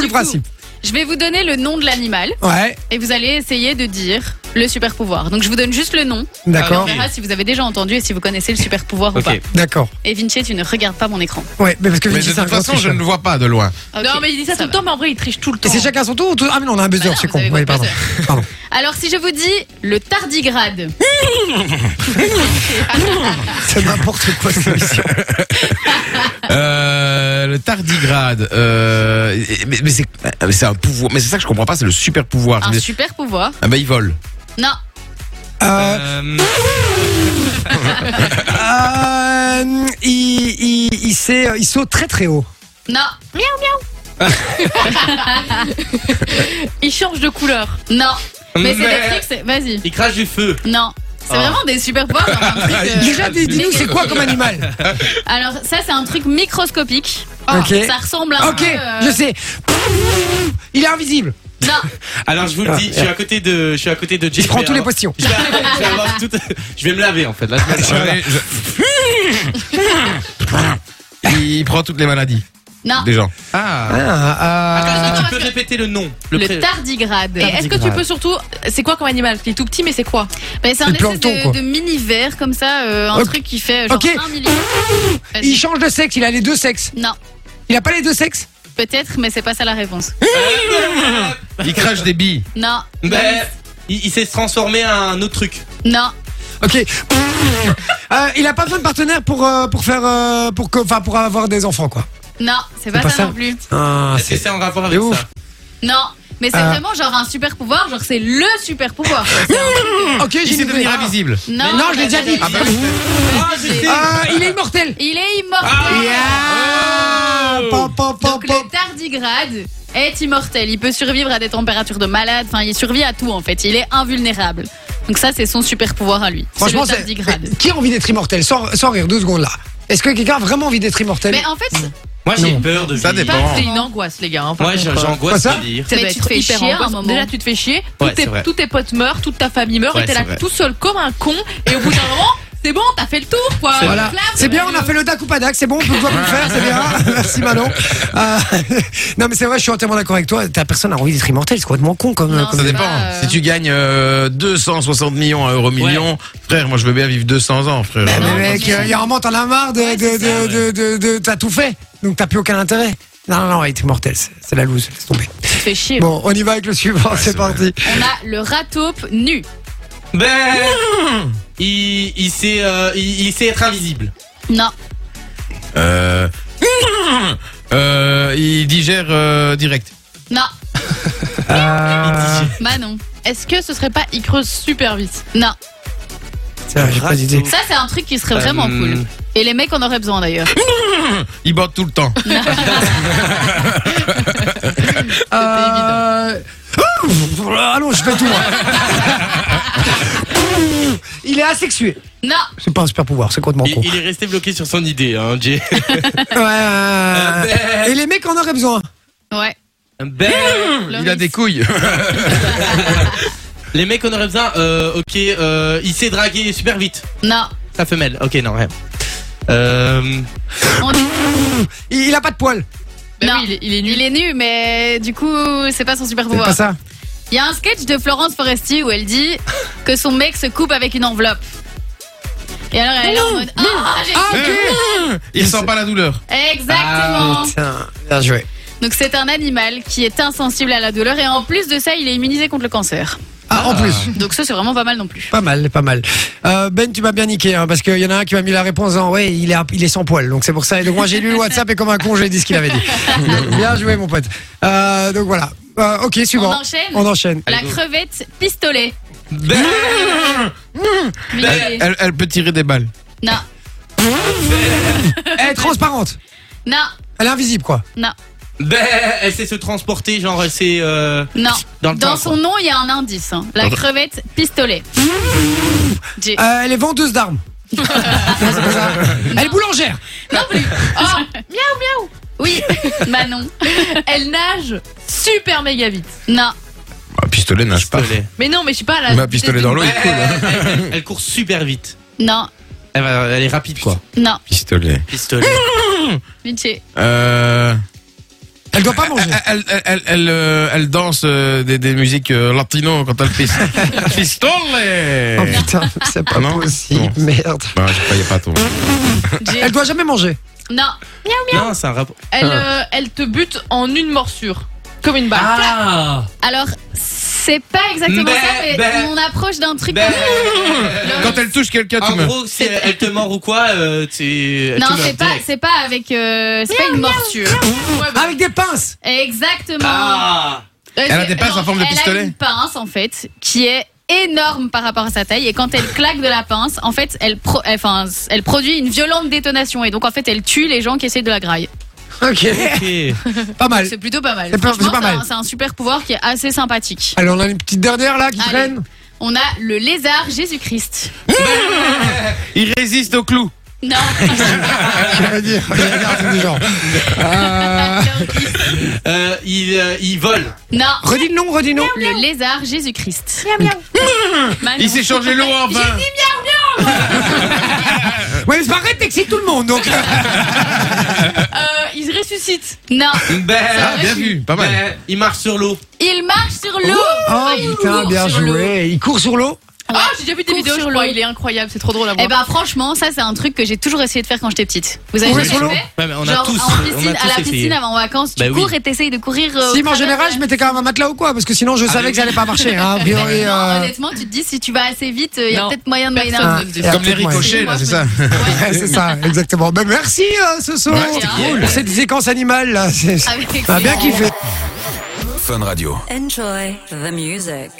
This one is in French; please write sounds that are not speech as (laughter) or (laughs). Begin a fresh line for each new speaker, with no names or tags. du
le
coup,
principe.
Je vais vous donner le nom de l'animal
Ouais,
et vous allez essayer de dire le super pouvoir. Donc je vous donne juste le nom.
d'accord,
On verra si vous avez déjà entendu et si vous connaissez le super pouvoir
Ok.
ou pas.
d'accord.
Et Vinci, tu ne regardes pas mon écran.
Ouais, mais parce que
Mais
Vinci,
de
c'est un
toute
grand
façon, je
tricheur.
ne le vois pas de loin.
Ok.
Non, mais il dit ça
Ça
tout le temps, mais en vrai, il triche tout le temps.
Et c'est chacun son tour ou tout Ah, mais non, on a un buzzer,
Bah non,
c'est
vous
con.
avez
Oui,
votre
pardon.
(laughs)
Pardon.
Alors si je vous dis le
(laughs)
tardigrade,
C'est n'importe quoi, cette émission.
Euh, le tardigrade. Euh, mais mais c'est mais c'est un pouvoir. Mais c'est ça que je comprends pas, c'est le super pouvoir.
un
Mais-
super pouvoir.
Ah bah il vole.
Non,
Euh,
Euh,
euh, il, il, il, sait, euh, il saute très très haut.
non, (laughs)
Il change de couleur.
non. Mais c'est
Mais-
des trucs, c'est- vas-y.
il crache du feu.
Non. C'est
Ah.
vraiment des super pouvoirs. dans un
(laughs)
truc, euh,
Déjà, dis- dis-nous, c'est quoi comme
(laughs)
animal
Alors ça c'est un truc microscopique. Oh,
Ok.
Ça ressemble à un
Ok,
peu, euh,
je sais. Il est invisible.
Non,
Alors je vous le dis, je suis à côté de, je suis à côté de Jay.
Ah. Il prend tous les
Alors,
postillons.
Je vais, je vais avoir tout- je vais me laver en fait. Là, je me lave.
Je- je- (laughs) il prend toutes les maladies (laughs)
non.
des gens.
Ah.
Ah,
Attends,
euh,
est-ce que tu peux répéter le nom.
Le
pré-
tardigrade.
Et est-ce que tu
Tardigrade.
peux surtout. C'est quoi comme animal Il est tout petit, mais c'est quoi
Ben, c'est un
Le
espèce
plancton, quoi.
de, de mini verre comme ça, euh, un
Ok.
truc qui fait euh, genre
Ok.
1 million. Vas-y.
il change de sexe, il a les deux sexes.
Non,
Il a pas les deux sexes
peut-être, mais c'est pas ça la réponse.
Hein?
Il crache des billes.
Non,
Ben, il, il s'est transformé à un autre truc.
non,
Ok. Euh, il a pas besoin de partenaire pour euh, pour faire euh, pour que- enfin pour avoir des enfants quoi.
non, c'est pas,
pas
ça,
ça.
non plus.
Ah,
Est-ce que c'est en rapport avec
C'est ouf.
ça
Non, mais c'est
Ah.
vraiment genre un super pouvoir, genre c'est le
(laughs)
super pouvoir. C'est un truc, euh,
Ok,
Il
j'ai
sait
une
devenir
idée.
invisible.
non,
Non, je l'ai
bah,
déjà
bah,
dit.
bah, bah,
Ah, je sais.
Ah, il est immortel. Euh,
Il est immortel.
Ah, Yeah.
Oh.
Pom, pom, pom,
Donc
pom.
le tardigrade est immortel. Il peut survivre à des températures de malade. Enfin, il survit à tout en fait. Il est invulnérable. Donc ça, c'est son super pouvoir à lui. C'est
Franchement,
le
c'est-
tardigrade.
qui a envie d'être immortel sans, sans rire deux secondes là. Est-ce que quelqu'un a vraiment envie d'être immortel
Mais en fait,
Moi j'ai
Non.
peur de
Ça
vivre.
dépend. Bon.
C'est une angoisse, les gars. hein, par
Moi j'ai-
contre, euh,
Quoi,
j'angoisse
ça
de vivre.
Mais
doit
tu
être
te fais
hyper
chier à un
angoissant.
moment.
Déjà, tu te fais chier.
Ouais,
tous, tes,
c'est vrai.
tous tes potes meurent, toute ta famille meurt,
Ouais,
et t'es là
c'est vrai.
tout seul comme un con. Et au bout d'un moment, c'est bon, t'as fait le tour, quoi.
C'est
Voilà.
Donc là,
C'est bien, on a fait le dac ou pas dac, c'est bon, on peut pouvoir le faire, c'est (laughs) bien. Merci Manon. Euh, (laughs) non mais c'est vrai, je suis entièrement d'accord avec toi. T'as personne a envie d'être immortel, c'est complètement con comme.
Non,
comme-
Ça
C'est pas,
dépend.
euh,
Si tu gagnes euh, 260 millions à euro million, frère, moi je veux bien vivre 200 ans, frère.
Mais
non,
mec,
mais-
euh, il y a un moment, t'en as marre de,
Ouais,
de,
c'est
de,
ça,
de, de- de- t'as tout fait, donc t'as plus aucun intérêt. Non, non, non, ouais, t'es mortel, c'est c'est la loose, laisse tomber.
tu te fais chier.
Bon, on y va avec le suivant, c'est
c'est
parti.
On a le rat taupe nu.
Ben, il, il sait, euh, il, il sait être invisible.
Non,
Euh, euh, il digère euh, direct.
non,
Euh,
Manon,
Est-ce que ce serait pas il creuse super vite
non.
tiens, j'ai pas d'idée.
Ça, c'est un truc qui serait vraiment
Euh,
hmm.
cool. Et les mecs en auraient besoin
(laughs)
d'ailleurs.
Il botte tout le temps.
Euh, ouh, Allons, je fais tout. moi. Ouh, Il est asexué.
Non,
C'est pas un super pouvoir, c'est complètement
Il,
con.
il est resté bloqué sur son idée, hein, Jay.
Ouais, ouais, ouais, ouais. Et les mecs en auraient besoin.
ouais.
Ben,
Il a des couilles.
les mecs on aurait besoin. Euh, ok, euh, il sait draguer super vite.
Non,
Sa femelle. Ok, non, rien. Euh,
On-
Il, il a pas de poils.
Bah
Non.
oui, il est, il est nu.
il est nu, mais du coup, c'est pas son super
C'est
pouvoir.
pas ça.
Il y a un sketch de Florence Foresti où elle dit que son mec se coupe avec une enveloppe. Et alors elle est là en mode Ah, j'ai-
Ah, ok.
Il sent pas la douleur.
Exactement
Tiens, bien joué.
Donc c'est un animal qui est insensible à la douleur et en plus de ça, il est immunisé contre le cancer.
Ah, en plus.
Donc ça, c'est vraiment pas mal non plus.
Pas mal, pas mal. Euh, ben, tu m'as bien niqué, hein, parce qu'il y en a un qui m'a mis la réponse en ouais, il est, un- il est sans poil, donc c'est pour ça. Et donc moi j'ai lu le WhatsApp et comme un con j'ai dit ce qu'il avait
(laughs)
dit. bien joué mon pote. Euh, donc voilà. Euh, ok,
On
suivant.
enchaîne
On enchaîne.
La
Allez, go.
crevette pistolet.
ben, Bah,
Mais-
euh,
Elle, elle peut tirer des balles.
Non,
Elle est transparente.
non,
Elle est invisible quoi.
non,
ben, elle sait se transporter, genre elle sait. Euh,
non.
Dans le temps,
son nom, il y a un indice. hein. La crevette pistolet. J'ai-
Euh, elle est vendeuse
(laughs)
d'armes. Non, c'est pas ça. Elle est boulangère.
Non plus. Oh.
Ah,
Oui, Manon.
elle nage super méga vite.
Non,
Bah, pistolet nage pas. (laughs)
pistolet.
Mais non, mais je sais pas. La
Mais un pistolet dans l'eau, il coule. hein.
elle, elle court super vite.
non,
Elle, va- elle est rapide quoi.
non.
Pistolet.
Pistolet.
Vinci.
Euh,
Elle doit pas manger.
Elle, elle, elle, elle, euh, elle danse euh, des, des musiques euh, latino quand elle (laughs) pisse. Pistole
Oh putain, c'est pas
Ah Eh. non
possible,
Non.
merde.
Bah, je croyais pas ton.
J'ai-
Elle doit jamais manger.
Non.
(laughs) Non, c'est un rapport.
Elle, euh, elle te bute en une morsure. Comme une balle.
Ah
Alors, c'est pas exactement
Mais-
ça, mais
mais-
on approche d'un truc.
Ben,
Quand elle touche quelqu'un, Ah, tu
En
me.
gros, si elle
(laughs)
te mord ou quoi, euh, tu. elle
Non,
te meurt
c'est pas,
direct.
c'est pas avec, euh, c'est pas une morsure.
Ah, Avec des pinces.
Exactement.
Ah
Euh,
Elle a
c'est-
des pinces en
donc,
forme de
Elle a
pistolet
une pince en fait qui est énorme par rapport à sa taille et quand elle claque de la pince, en fait, elle, pro- elle- enfin, elle produit une violente détonation et donc en fait, elle tue les gens qui essayent de la graille.
Ok,
Ok.
pas mal.
C'est plutôt pas mal.
C'est pas-
Franchement,
c'est pas
un-
mal.
C'est un super pouvoir qui est assez sympathique.
Allez, on a une petite dernière là qui
Allez.
traîne.
On a le lézard Jésus-Christ.
Il résiste au clou.
Non.
Je veux dire, il y a un truc du genre. Euh,
Euh, il, euh, il vole.
(laughs) non.
Redis le nom, redis le nom.
Le lézard Jésus-Christ. (laughs) Manon.
Il s'est changé l'eau en vin.
Ouais, mais c'est pas vrai, t'excites tout le monde. Donc,
Ah.
Euh, il se ressuscite.
Non.
Ah,
Ben,
bien vu, pas mal.
ben, il marche sur l'eau.
Il marche sur l'eau.
oh
Il
putain,
court
bien
sur l'eau.
joué. Il court sur l'eau.
Ah, j'ai déjà vu des
Cours
vidéos,
sur
je crois.
l'eau.
Il est incroyable, c'est trop drôle à voir.
Eh ben franchement, ça c'est un truc que j'ai toujours essayé de faire quand j'étais petite. Vous avez
Courir
jamais
sur l'eau
fait
Ouais, mais on
Genre
a tous.
en
on a
piscine,
tous
à la
essayé.
piscine avant vacances, tu
Bah oui.
cours et t'essayes de courir.
Si,
euh, au
mais en
travers
général,
de-
je mettais quand même un matelas ou quoi Parce que sinon, je savais que ça allait pas marcher.
(laughs)
Hein, a priori,
Non,
euh, ah,
honnêtement, tu te dis si tu vas assez vite, euh, il y a
Non.
peut-être moyen de moyen.
Personne
un-
ne-
et
Comme les
après, moi,
ricochets, là, c'est ça.
Ouais, c'est ça, exactement. Ben, merci, euh, Soso,
Ouais, c'était cool.
pour cette séquence animale. Là.
Ah,
C'est-
Avec
On a bien kiffé.
Enjoy the music.